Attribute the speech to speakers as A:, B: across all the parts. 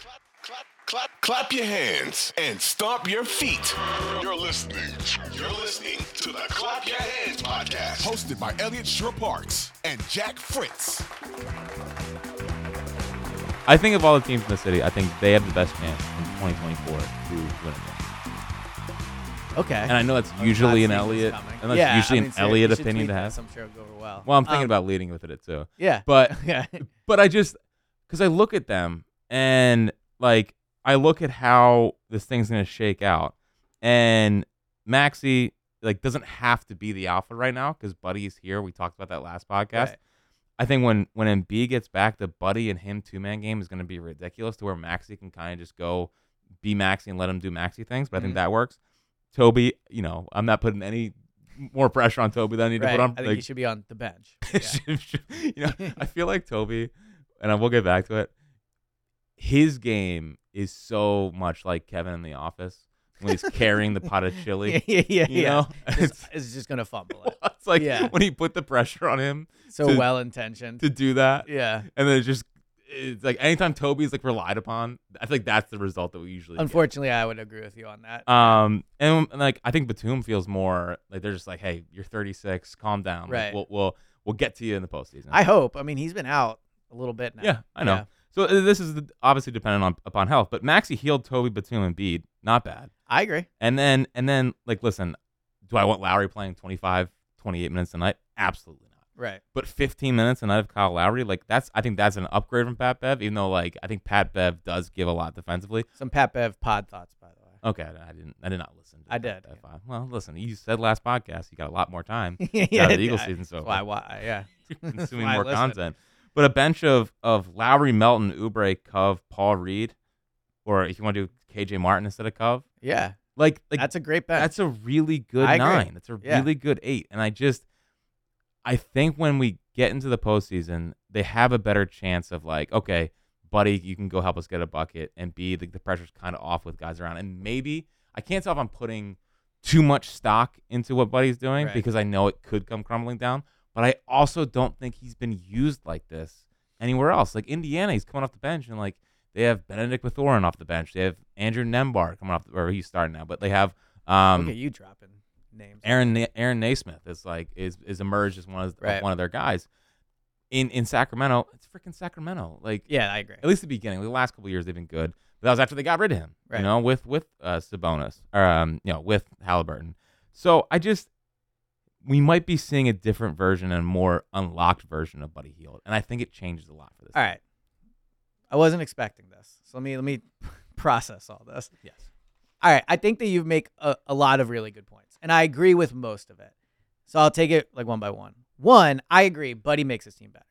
A: Clap, clap, clap, clap your hands and stomp your feet. You're listening. You're listening to the Clap Your Hands podcast, hosted by Elliot Shore Parks and Jack Fritz.
B: I think of all the teams in the city, I think they have the best chance in 2024 to win it.
C: Okay.
B: And I know that's
C: Oh,
B: usually an
C: God, Saints is
B: Elliot,
C: coming.
B: and that's
C: Yeah,
B: usually
C: I mean,
B: an
C: seriously,
B: Elliot
C: you should
B: opinion
C: tweet
B: to
C: this.
B: have.
C: I'm sure it'll go over well.
B: Well, I'm thinking
C: Um,
B: about leading with it too,
C: Yeah.
B: but
C: yeah.
B: but I just because I look at them and like I look at how this thing's gonna shake out, and Maxi like doesn't have to be the alpha right now because Buddy's here. We talked about that last podcast.
C: Right.
B: I think when when Embiid gets back, the Buddy and him two man game is going to be ridiculous to where Maxi can kind of just go be Maxi and let him do Maxi things. But I think
C: Mhm.
B: that works. Toby, you know, I'm not putting any more pressure on Toby than I need
C: Right.
B: to put on.
C: I think
B: like,
C: he should be on the bench. Yeah.
B: you know, I feel like Toby, and I will get back to it. His game is so much like Kevin in the office when he's carrying the pot of chili.
C: yeah, yeah, yeah.
B: you know,
C: Just, it's just gonna fumble it.
B: It's like
C: Yeah.
B: when he put the pressure on him
C: So
B: to-
C: well intentioned.
B: to do that.
C: Yeah.
B: and then it's just it's like anytime Toby's like relied upon, I think that's the result that we usually. get.
C: Unfortunately, I would agree with you on that.
B: Um, and, and, like I think Batum feels more like they're just like, hey, you're 36, calm down. Like,
C: Right.
B: we'll we'll we'll get to you in the postseason.
C: I hope. I mean, he's been out a little bit now.
B: yeah, I know.
C: Yeah.
B: So uh, this is the- obviously dependent on upon health, but Maxi healed Toby Batum and Bede, not bad.
C: I agree.
B: And then and then like listen, do I want Lowry playing 25, 28 minutes a night? Absolutely not.
C: Right.
B: But 15 minutes a night of Kyle Lowry, like that's I think that's an upgrade from Pat Bev, even though like I think Pat Bev does give a lot defensively.
C: Some Pat Bev pod thoughts, by the way.
B: Okay, I I didn't. I did not listen. To
C: I
B: that-
C: did,
B: that
C: yeah.
B: file. Well, listen, you said last podcast you got a lot more time.
C: yeah,
B: now that the Eagles season's
C: That's
B: over.
C: Why? Why? Yeah.
B: You're consuming
C: why I
B: more
C: listened.
B: content. But a bench of of Lowry, Melton, Oubre, Cove, Paul Reed, or if you want to do KJ Martin instead of Cove,
C: Yeah.
B: like like
C: that's a great bet.
B: that's a really good
C: I agree.
B: nine. That's a
C: Yeah.
B: really good eight. And I just, I think when we get into the postseason, they have a better chance of like, okay, buddy, you can go help us get a bucket, and B, the, the pressure's kind of off with guys around. And maybe I can't tell if I'm putting too much stock into what Buddy's doing
C: Right.
B: because I know it could come crumbling down. But I also don't think he's been used like this anywhere else. Like Indiana, he's coming off the bench and like they have Benedict Mathurin off the bench. They have Andrew Nembar coming off, the, or he's starting now, but they have um,
C: Look at you dropping names.
B: Aaron Na- Aaron Naismith is like is is emerged as one of
C: Right.
B: one of their guys. In in Sacramento, it's freaking Sacramento. Like
C: Yeah, I agree.
B: at least the beginning, the last couple of years they've been good. But that was after they got rid of him,
C: Right.
B: you know, with with uh, Sabonis or um, you know, with Halliburton. So I just we might be seeing a different version and more unlocked version of Buddy Heald, and I think it changes a lot for this.
C: All right. I wasn't expecting this. So let me let me process all this.
B: Yes.
C: All right, I think that you make a, a lot of really good points, and I agree with most of it. So I'll take it like one by one. One, I agree. Buddy makes his team better.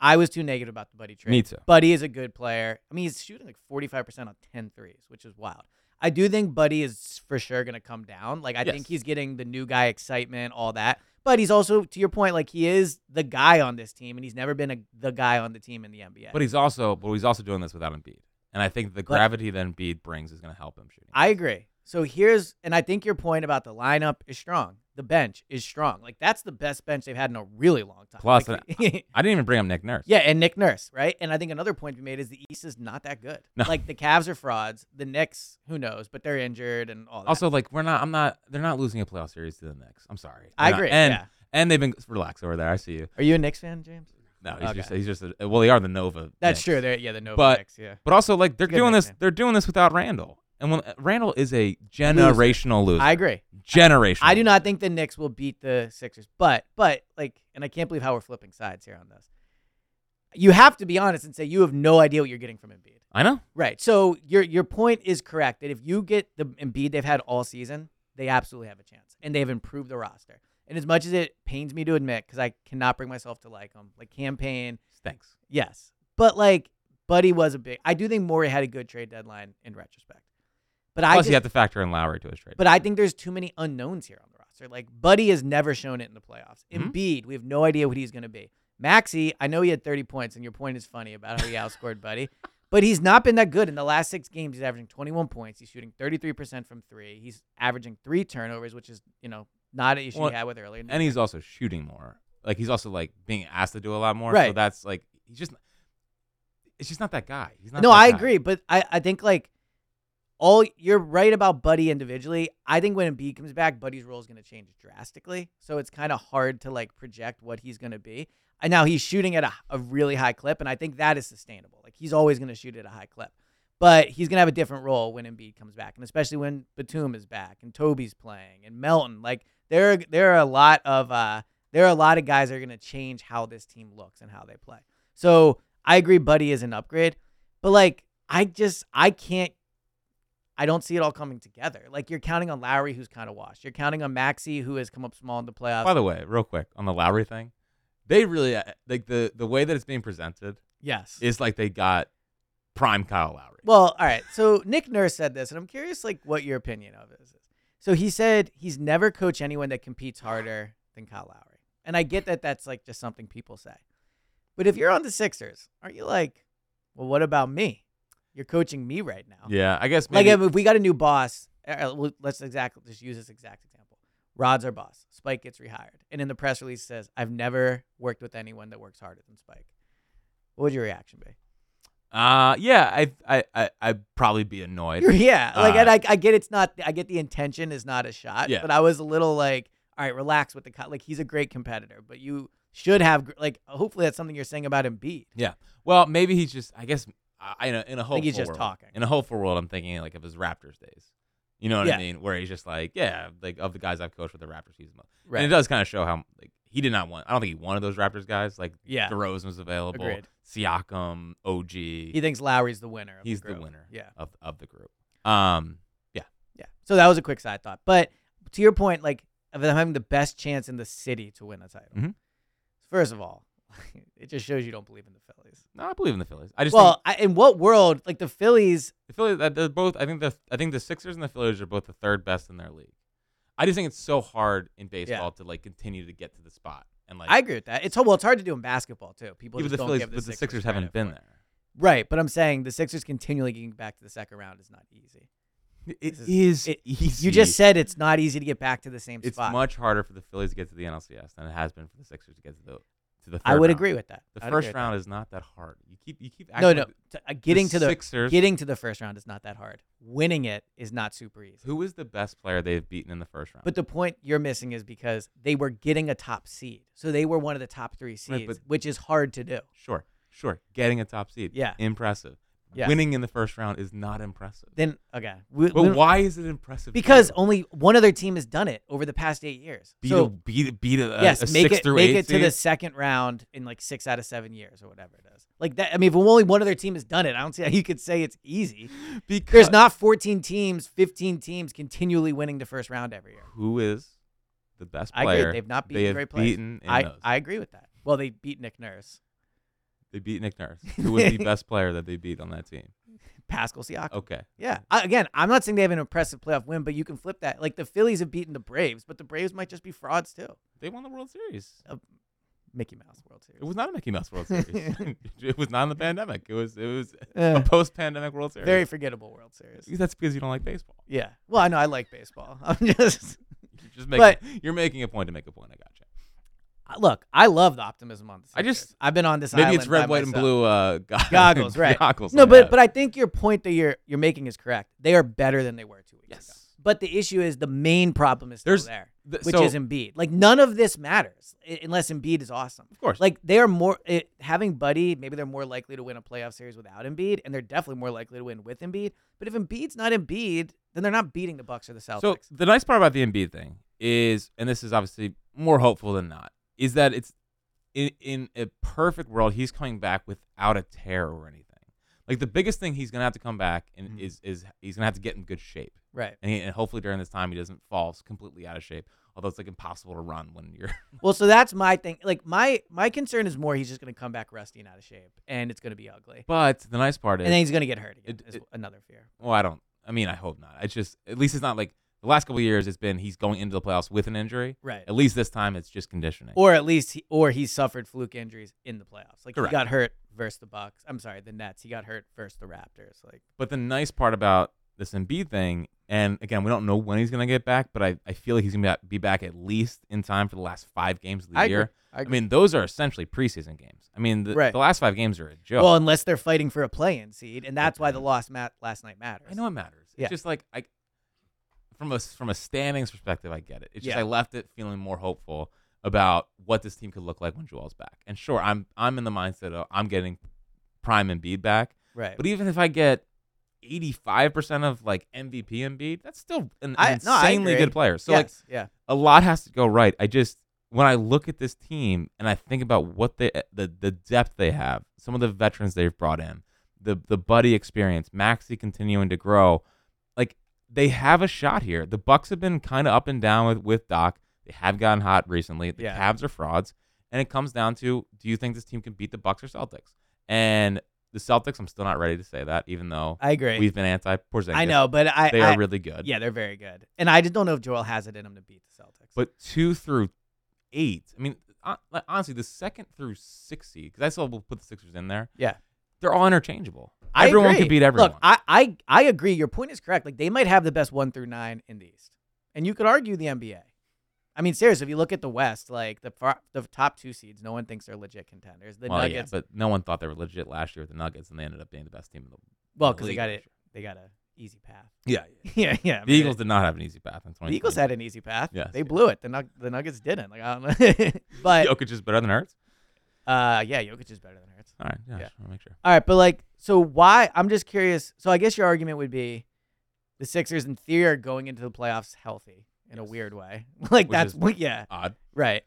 C: I was too negative about the Buddy trade.
B: Me too.
C: Buddy is a good player. I mean, he's shooting like 45% on 10 threes, which is wild. I do think Buddy is for sure going to come down. Like, I
B: Yes.
C: think he's getting the new guy excitement, all that. But he's also, to your point, like he is the guy on this team, and he's never been a, the guy on the team in the NBA.
B: But he's also but he's also doing this without Embiid, and I think the gravity that Embiid brings is going to help him shooting.
C: I agree. So here's, and I think your point about the lineup is strong. The bench is strong. Like that's the best bench they've had in a really long time.
B: Plus,
C: Like,
B: I didn't even bring up Nick Nurse.
C: yeah, and Nick Nurse, right? And I think another point we made is the East is not that good.
B: No.
C: Like the Cavs are frauds. The Knicks, who knows? But they're injured and all that.
B: Also, like we're not, I'm not. They're not losing a playoff series to the Knicks. I'm sorry.
C: I
B: They're not-
C: agree,
B: and
C: yeah.
B: and they've been relax over there. I see you.
C: are you a Knicks fan, James?
B: No, he's
C: Okay.
B: just he's just a, well, they are the Nova.
C: That's
B: Knicks.
C: true. They're, yeah, the Nova
B: But-
C: Knicks. Yeah,
B: But also, like they're
C: Good
B: doing this.
C: nickname.
B: They're doing this without Randall. And when Randall is a generational loser,
C: I agree.
B: generational.
C: I do not think the Knicks will beat the Sixers, but but like, and I can't believe how we're flipping sides here on this. you have to be honest and say you have no idea what you're getting from Embiid.
B: I know.
C: Right. So your your point is correct that if you get the Embiid they've had all season, they absolutely have a chance, and they have improved the roster. And as much as it pains me to admit, because I cannot bring myself to like them, like campaign,
B: Thanks.
C: yes, but like Buddy was a big. I do think Morey had a good trade deadline in retrospect, but I
B: Plus,
C: just,
B: you have to factor in Lowry to his trade.
C: but I think there's too many unknowns here on the roster. Like Buddy has never shown it in the playoffs.
B: Mhm.
C: Embiid, we have no idea what he's going to be. Maxi, I know he had 30 points, and your point is funny about how he outscored Buddy, but he's not been that good in the last six games. He's averaging 21 points. He's shooting 33% from three. He's averaging three turnovers, which is you know not an issue
B: Well,
C: he had with earlier. in the
B: and
C: year.
B: he's also shooting more. Like he's also like being asked to do a lot more. So
C: Right.
B: that's like he's just it's just not that guy. He's not
C: no,
B: that
C: I
B: guy.
C: agree, but I, I think like all you're right about Buddy individually. I think when Embiid comes back, Buddy's role is going to change drastically. So it's kind of hard to like project what he's going to be. And now he's shooting at a, a really high clip, and I think that is sustainable. Like he's always going to shoot at a high clip, but he's going to have a different role when Embiid comes back, and especially when Batum is back and Toby's playing and Melton. Like there, there are a lot of uh, there are a lot of guys that are going to change how this team looks and how they play. So I agree, Buddy is an upgrade. But like, I just I can't. I don't see it all coming together. Like you're counting on Lowry, who's kind of washed. You're counting on Maxi, who has come up small in the playoffs.
B: By the way, real quick on the Lowry thing, they really uh, like the the way that it's being presented
C: yes.
B: is like they got prime Kyle Lowry.
C: well, all right. So Nick Nurse said this, and I'm curious, like, what your opinion of this is. So he said he's never coached anyone that competes harder than Kyle Lowry, and I get that that's like just something people say. But if you're on the Sixers, aren't you like, well, what about me? You're coaching me right now.
B: yeah, I guess
C: Like
B: maybe
C: if, if we got a new boss, uh, well, let's exactly just use this exact example. Rod's our boss. Spike gets rehired, and in the press release says, "I've never worked with anyone that works harder than Spike." What would your reaction be?
B: uh yeah, I I I I'd probably be annoyed.
C: You're- yeah, like,
B: Uh,
C: and I, I get it's not. I get the intention is not a shot.
B: Yeah.
C: But I was a little like, all right, relax with the cut. Like he's a great competitor, but you should have gr- like. Hopefully, that's something you're saying about Embiid.
B: Yeah. Well, maybe he's just. I guess I I- in a, in a hopeful
C: he's just
B: world,
C: talking.
B: In a hopeful world, I'm thinking like of his Raptors days. You know what I
C: Yeah.
B: mean? Where he's just like, yeah, like of the guys I've coached with the Raptors, he's the most.
C: Right.
B: And it does kind of show how like he did not want. I don't think he wanted those Raptors guys. Like
C: Yeah.
B: DeRozan was available.
C: Agreed.
B: Siakam, OG.
C: He thinks Lowry's the winner. Of
B: he's
C: the,
B: the,
C: group.
B: winner.
C: Yeah.
B: Of of the group. Um.
C: Yeah. So that was a quick side thought. But to your point, like of them having the best chance in the city to win a title.
B: Mhm.
C: First of all, it just shows you don't believe in the Phillies.
B: No, I believe in the Phillies. I just
C: Well, I, in what world, like the Phillies?
B: The Phillies, that- they're both. I think the I think the Sixers and the Phillies are both the third best in their league. I just think it's so hard in baseball to like continue to get to the spot and like
C: I agree with that. It's well, it's hard to do in basketball too. People
B: even
C: just
B: the
C: don't
B: Phillies,
C: give the
B: but the
C: Sixers,
B: Sixers
C: credit
B: haven't been
C: for it.
B: there.
C: Right, but I'm saying the Sixers continually getting back to the second round is not easy.
B: It
C: This
B: is
C: it-
B: easy.
C: You just said it's not easy to get back to the same
B: it's
C: spot.
B: much harder for the Phillies to get to the NLCS than it has been for the Sixers to get to the to the. Third
C: I would
B: round.
C: agree with that.
B: The
C: I would
B: first
C: agree with
B: round is not that hard. You keep you keep
C: that.
B: acting
C: no, no.
B: like-
C: T- uh, getting to the
B: Sixers.
C: getting to the first round is not that hard. Winning it is not super easy.
B: who is the best player they've beaten in the first round?
C: But the point you're missing is because they were getting a top seed. So they were one of the top three seeds,
B: Right, but-
C: which is hard to do.
B: sure, sure, getting a top seed,
C: Yeah.
B: impressive.
C: Yeah.
B: Winning in the first round is not impressive.
C: Then, okay. we-
B: but
C: we-
B: why is it impressive?
C: Because
B: now?
C: only one other team has done it over the past eight years.
B: beat a
C: so,
B: beat a, beat a, a-
C: yes,
B: a
C: make
B: six
C: it,
B: through
C: make
B: eight
C: it to the
B: seed?
C: second round in like six out of seven years or whatever it is. Like that, I mean, if only one other team has done it, I don't see how you could say it's easy.
B: because
C: There's not 14 teams, 15 teams continually winning the first round every year.
B: who is the best
C: I
B: player.
C: agree. They've not beaten
B: they have
C: great players.
B: beaten in
C: I,
B: those.
C: I agree with that. Well, they beat Nick Nurse,
B: They beat Nick Nurse, who was the best player that they beat on that team.
C: Pascal Siakam.
B: Okay.
C: Yeah. I, again, I'm not saying they have an impressive playoff win, but you can flip that. Like the Phillies have beaten the Braves, but the Braves might just be frauds too.
B: They won the World Series.
C: Mickey Mouse World
B: It
C: Series.
B: was not a Mickey Mouse World Series. it was not in the pandemic. It was it was
C: Eh.
B: a post pandemic World Series.
C: Very forgettable World Series.
B: that's because you don't like baseball.
C: Yeah. Well, I know I like baseball. I'm just
B: You're just making
C: But-
B: you're making a point to make a point. I gotcha.
C: look. I love the optimism on this.
B: I just-
C: I've been on this.
B: Maybe it's
C: island
B: red,
C: by
B: white, and
C: myself.
B: blue uh, go-
C: goggles, right?
B: goggles.
C: No, but but I think your point that you're you're making is correct. They are better than they were two weeks ago.
B: Yes.
C: But the issue is the main problem is still
B: There's-
C: there,
B: th-
C: which
B: so-
C: is Embiid. Like none of this matters i- unless Embiid is awesome.
B: Of course.
C: Like they are more it, having Buddy. Maybe they're more likely to win a playoff series without Embiid, and they're definitely more likely to win with Embiid. But if Embiid's not Embiid, then they're not beating the Bucks or the Celtics.
B: So the nice part about the Embiid thing is, and this is obviously more hopeful than not, is that it's in, in a perfect world, he's coming back without a tear or anything. Like the biggest thing he's gonna have to come back and
C: Mhm.
B: is is he's gonna have to get in good shape,
C: Right.
B: and, he, and hopefully during this time he doesn't fall completely out of shape. Although it's like impossible to run when you're
C: Well, so that's my thing. Like my my concern is more he's just going to come back rusty and out of shape, and it's going to be ugly,
B: But the nice part is,
C: and then he's going to get hurt again.
B: it-
C: is
B: it-
C: another fear.
B: well, I don't. I mean, I hope not. It's just at least it's not like the last couple of years. It's been he's going into the playoffs with an injury.
C: Right.
B: At least this time it's just conditioning.
C: Or at least he, or he suffered fluke injuries in the playoffs. Like
B: Correct.
C: he got hurt versus the Bucks. I'm sorry, the Nets. He got hurt versus the Raptors. Like
B: but the nice part about this Embiid thing, and again, we don't know when he's gonna get back, but I, I feel like he's gonna be back at least in time for the last five games of the
C: I agree.
B: year.
C: I,
B: I
C: agree.
B: mean, those are essentially preseason games. I mean, the,
C: Right.
B: the last five games are a joke.
C: well, unless they're fighting for a play-in seed, and that's why the loss mat last night matters.
B: I know it matters. It's
C: Yeah.
B: just like I from a from a standings perspective, I get it. It's just
C: Yeah.
B: I left it feeling more hopeful about what this team could look like when Joel's back. And sure, I'm I'm in the mindset of I'm getting prime Embiid back.
C: right?
B: But even if I get 85% of like MVP Embiid, that's still an
C: I- no, I
B: insanely
C: agree.
B: good player. So like
C: Yes, yeah,
B: a lot has to go right. I just when I look at this team and I think about what they the the depth they have, some of the veterans they've brought in, the the buddy experience, Maxi continuing to grow, like they have a shot here. The Bucks have been kind of up and down with with Doc. They have gotten hot recently. The
C: Yeah.
B: Cavs are frauds, and it comes down to do you think this team can beat the Bucks or Celtics? And the Celtics, I'm still not ready to say that, even though
C: I agree.
B: we've been anti Porzingis.
C: I know, but I
B: they
C: I,
B: are really good.
C: yeah, they're very good, and I just don't know if Joel has it in him to beat the Celtics.
B: But two through eight, I mean, hon- like, honestly, the second through six seed, because I still will put the Sixers in there.
C: Yeah.
B: They're all interchangeable.
C: I
B: everyone
C: agree.
B: could beat everyone.
C: Look, I, I I agree. Your point is correct. Like they might have the best one through nine in the East, and you could argue the NBA. I mean, seriously, if you look at the West, like the far, the top two seeds, no one thinks they're legit contenders. The
B: well,
C: Nuggets,
B: yeah, but no one thought they were legit last year with the Nuggets, and they ended up being the best team in the world.
C: well, because they
B: League
C: got
B: last
C: it, they got a easy path.
B: Yeah.
C: yeah, yeah. I
B: The
C: mean,
B: Eagles did not have an easy path in 2020.
C: the Eagles had an easy path.
B: Yes,
C: they
B: yes.
C: blew it. The, Nug- the Nuggets didn't. Like, I don't know. but
B: Jokic is better than Hurts.
C: uh, yeah, Jokic is better than Hurts.
B: All right. Yeah.
C: Yeah.
B: Just want to make sure.
C: All right, but like, so why? I'm just curious. So I guess your argument would be, the Sixers in theory are going into the playoffs healthy in a
B: Yes.
C: weird way.
B: Which
C: like that's
B: is-
C: what, yeah,
B: Odd.
C: right.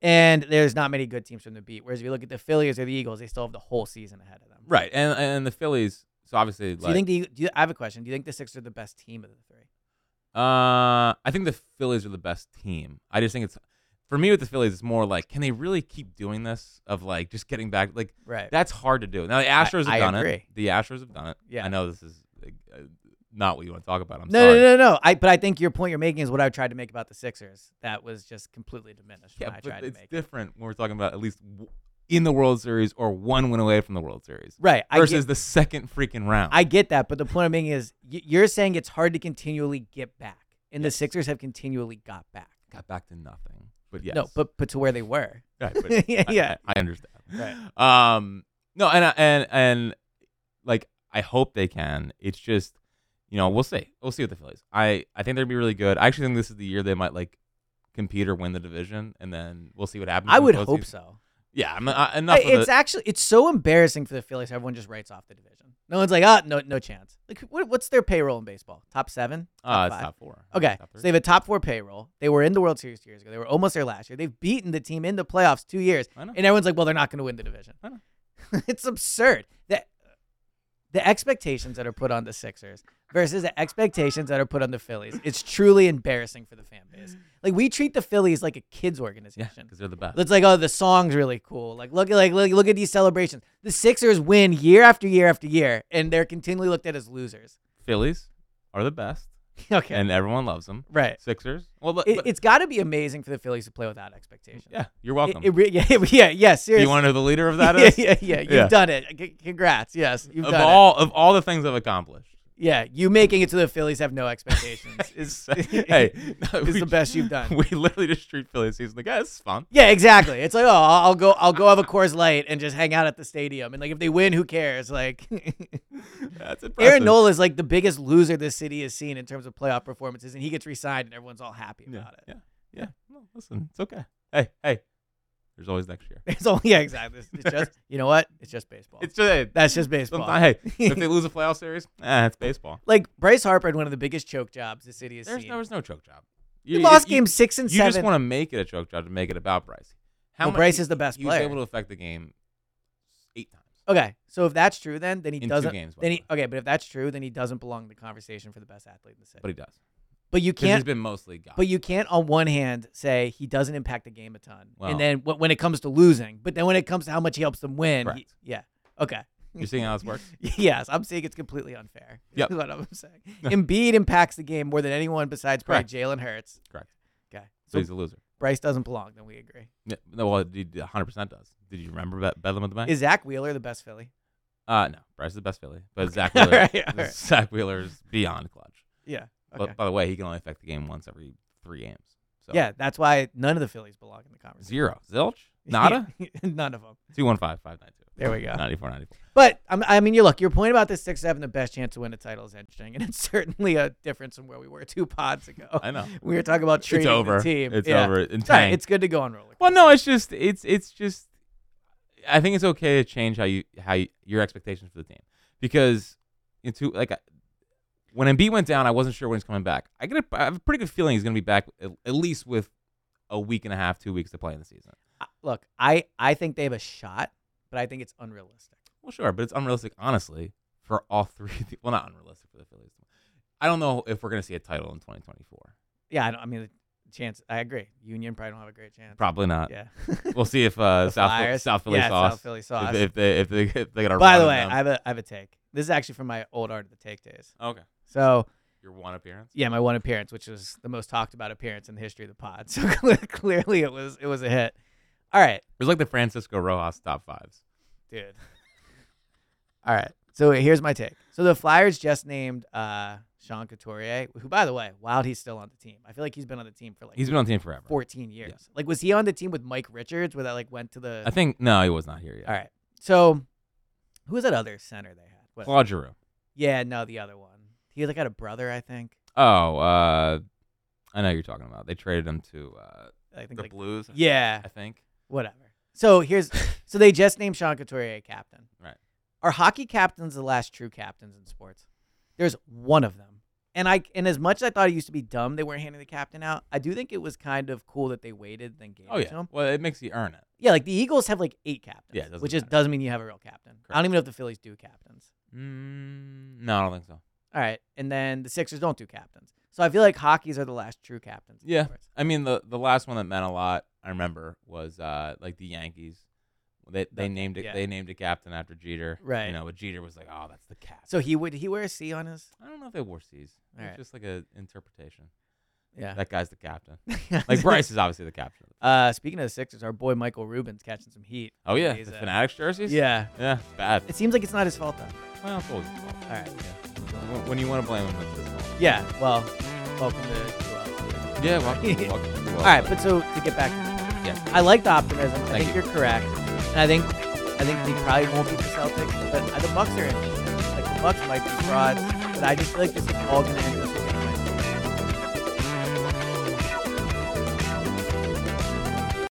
C: And there's not many good teams from the beat. Whereas if you look at the Phillies or the Eagles, they still have the whole season ahead of them.
B: Right. And and the Phillies. So obviously,
C: Do
B: like,
C: you think the? Do you, I have a question. Do you think the Sixers are the best team of the three?
B: Uh, I think the Phillies are the best team. I just think it's for me with the Phillies, it's more like can they really keep doing this of like just getting back like
C: Right.
B: that's hard to do. Now the Astros have
C: I
B: done it.
C: agree.
B: The Astros have done it.
C: Yeah.
B: I know this is uh, not what you want to talk about. I'm
C: no,
B: sorry.
C: no, no, no. I but I think your point you're making is what I tried to make about the Sixers. That was just completely diminished
B: Yeah,
C: when I tried
B: but
C: to
B: it's
C: make. it.
B: different when we're talking about at least w- in the World Series or one win away from the World Series
C: Right. I get-
B: versus the second freaking round.
C: I get that, but the point I'm making is y- you're saying it's hard to continually get back, and the Sixers have continually got back.
B: got back to nothing. But yes.
C: No, but but to where they were.
B: Right, but
C: Yeah,
B: I-
C: yeah.
B: I, I understand. Um, no, and I- and and like I hope they can. It's just, you know, we'll see. We'll see what the Phillies. I I think they'd be really good. I actually think this is the year they might like compete or win the division, and then we'll see what happens.
C: I
B: in the
C: would hope
B: postseason.
C: so.
B: Yeah, I'm not, I, enough.
C: I-
B: of the-
C: It's actually it's so embarrassing for the Phillies. Everyone just writes off the division. No one's like, ah, no, no chance. Like, what, what's their payroll in baseball? Top seven?
B: uh, it's
C: five?
B: top four.
C: Okay,
B: Top
C: so
B: three.
C: they have a top four payroll. They were in the World Series two years ago. They were almost there last year. They've beaten the team in the playoffs two years,
B: I know.
C: and everyone's like, "Well, they're not going to win the division."
B: I know.
C: it's absurd that the expectations that are put on the Sixers versus the expectations that are put on the Phillies. It's truly embarrassing for the fan base. Like we treat the Phillies like a kids
B: yeah,
C: organization.
B: because they're the best.
C: It's like, oh, the song's really cool. Like, look at like look, look at these celebrations. The Sixers win year after year after year, and they're continually looked at as losers.
B: Phillies are the best,
C: okay,
B: and everyone loves them.
C: right.
B: Sixers. Well, but,
C: It,
B: but-
C: it's got to be amazing for the Phillies to play without expectations.
B: yeah, you're
C: It-
B: welcome.
C: it re- yeah, yeah, yeah,
B: Do
C: seriously.
B: you want to know the leader of that?
C: yeah,
B: is?
C: yeah, yeah. You've
B: Yeah.
C: done it. C- congrats. Yes, you've
B: of
C: done
B: all of all the things I've accomplished.
C: it. Yeah, you making it to the Phillies have no expectations is
B: hey, no,
C: is
B: we-
C: the best you've done.
B: We literally just treat Philly season like, yeah, it's fun.
C: yeah, exactly. It's like, oh, I'll I'll go, I'll go have a Coors Light and just hang out at the stadium. And like, if they win, who cares? Like,
B: That's impressive.
C: Aaron Nola is like the biggest loser this city has seen in terms of playoff performances, and he gets re-signed, and everyone's all happy
B: Yeah,
C: about it.
B: yeah, yeah. No, listen, it's okay. Hey, hey, there's always next year.
C: It's all yeah, exactly. It's, it's just you know what? It's just baseball.
B: It's just hey,
C: That's just baseball.
B: sometimes, hey, if they lose a playoff series, eh, it's baseball.
C: like Bryce Harper had one of the biggest choke jobs the city has
B: There's
C: seen.
B: there was no choke job.
C: he lost
B: you-
C: game six and
B: You
C: seven.
B: just want to make it a choke job to make it about Bryce. How
C: Well,
B: mu-
C: Bryce
B: he-
C: is the best
B: he was
C: player.
B: able to affect the game eight times.
C: Okay, so if that's true, then then he
B: In two
C: doesn't.
B: games, by
C: then
B: the
C: he okay, but if that's true, then he doesn't belong in the conversation for the best athlete in the city.
B: But he does.
C: But you
B: Because
C: can't.
B: he's been mostly God.
C: but you can't on one hand say he doesn't impact the game a ton,
B: Well-
C: and then wh- when it comes to losing, but then when it comes to how much he helps them win, he-
B: Correct.
C: yeah, okay.
B: You're seeing how this works?
C: Yes, I'm saying it's completely unfair. is
B: Yep.
C: what I'm saying. Embiid impacts the game more than anyone besides probably
B: Correct.
C: Jalen Hurts.
B: Correct.
C: Okay,
B: So,
C: so
B: he's a loser.
C: Bryce doesn't belong. Then we agree.
B: Yeah, No, well, he 100% does. Did you remember Be- Bedlam at the Bank?
C: Is Zach Wheeler the best Philly?
B: uh, no, Bryce is the best Philly. But Zach
C: All
B: Wheeler,
C: right, all right.
B: Zach Wheeler's beyond clutch.
C: Yeah. Okay.
B: But by the way, he can only affect the game once every three games. So
C: Yeah, that's why none of the Phillies belong in the conversation.
B: zero. Zilch? Nada?
C: none of them.
B: 215 592.
C: There we go.
B: 94 94.
C: But I'm- I mean, you look. Your point about the Sixers having the best chance to win a title is interesting, and it's certainly a difference from where we were two pods ago.
B: I know.
C: We were talking about trading
B: it's over.
C: the team.
B: It's
C: Yeah.
B: over. And
C: It's, all right.
B: tank.
C: It's good to go on roller.
B: Well, no, it's just it's it's just. I think it's okay to change how you how you, your expectations for the team because into like I- when Embiid went down, I wasn't sure when he's coming back. I get a, I have a pretty good feeling he's going to be back at, at least with a week and a half, two weeks to play in the season.
C: Uh, Look, I I think they have a shot, but I think it's unrealistic.
B: Well, sure, but it's unrealistic, honestly, for all three. of the- Well, not unrealistic for the Phillies. I don't know if we're going to see a title in 2024.
C: Yeah, I, don't, I mean, the chance. I agree. Union probably don't have a great chance.
B: Probably not.
C: Yeah.
B: We'll see if uh,
C: The
B: South
C: Flyers.
B: South Philly
C: Yeah,
B: sauce.
C: South Philly sauce.
B: If, if they if they if they got a run
C: By the
B: in
C: way,
B: them.
C: I have a I have a take. This is actually from my old art of the take days.
B: okay,
C: So
B: your one appearance.
C: yeah, my one appearance, which was the most talked about appearance in the history of the pod. So cle- clearly it was it was a hit. All right,
B: It was like the Francisco Rojas top fives.
C: dude. All right. So here's my take. So the Flyers just named uh Sean Couturier, who by the way, wild he's still on the team. I feel like he's been on the team for like
B: He's been on the team forever.
C: 14 years. Like was he on the team with Mike Richards where that like went to the
B: I think no, he was not here yet.
C: All right. So who was that other center they had? What-
B: Claude Giroux.
C: Yeah, no, the other one. He like had a brother, I think.
B: Oh, uh, I know who you're talking about. They traded him to uh,
C: I think
B: the
C: like
B: Blues.
C: Yeah.
B: I think.
C: whatever. So here's so they just named Sean Couturier captain.
B: Right.
C: Are hockey captains the last true captains in sports? There's one of them. And I and as much as I thought it used to be dumb they weren't handing the captain out, I do think it was kind of cool that they waited and then gave
B: Oh
C: it to
B: yeah.
C: him.
B: Well, it makes you earn it.
C: Yeah, like the Eagles have like eight captains.
B: Yeah, it doesn't
C: which is
B: matter.
C: doesn't mean you have a real captain. I
B: Correct.
C: don't even know if the Phillies do captains.
B: Mm, no, I don't think so.
C: All right. And then the Sixers don't do captains. So I feel like hockeys are the last true captains. in
B: Yeah.
C: sports.
B: I mean, the the last one that meant a lot I remember was uh, like the Yankees. They they
C: The-
B: named it
C: yeah.
B: they named a captain after Jeter.
C: Right.
B: You know, but Jeter was like, oh, that's the cap.
C: So he would he wear a C on his
B: I don't know if they wore C's.
C: All
B: it's
C: right.
B: just like a interpretation.
C: Yeah.
B: That guy's the captain. Like Bryce is obviously the captain.
C: Uh, speaking of the Sixers, our boy Michael Rubin's catching some heat.
B: Oh yeah,
C: He's,
B: the
C: uh,
B: Fanatics jerseys.
C: Yeah.
B: Yeah, bad.
C: It seems like it's not his fault though.
B: Well, it's always his fault.
C: All right.
B: When- When you want to blame him, it's his fault.
C: Yeah. Well, welcome to. well,
B: Yeah, welcome.
C: Yeah.
B: welcome to the
C: All
B: world.
C: right, but so to get back,
B: yeah.
C: I like the optimism. I
B: Thank
C: think
B: you.
C: you. are correct, and I think I think they probably won't beat the Celtics, but the Bucks are in. Like the Bucks might be frauds, but I just feel like this is all going to end up.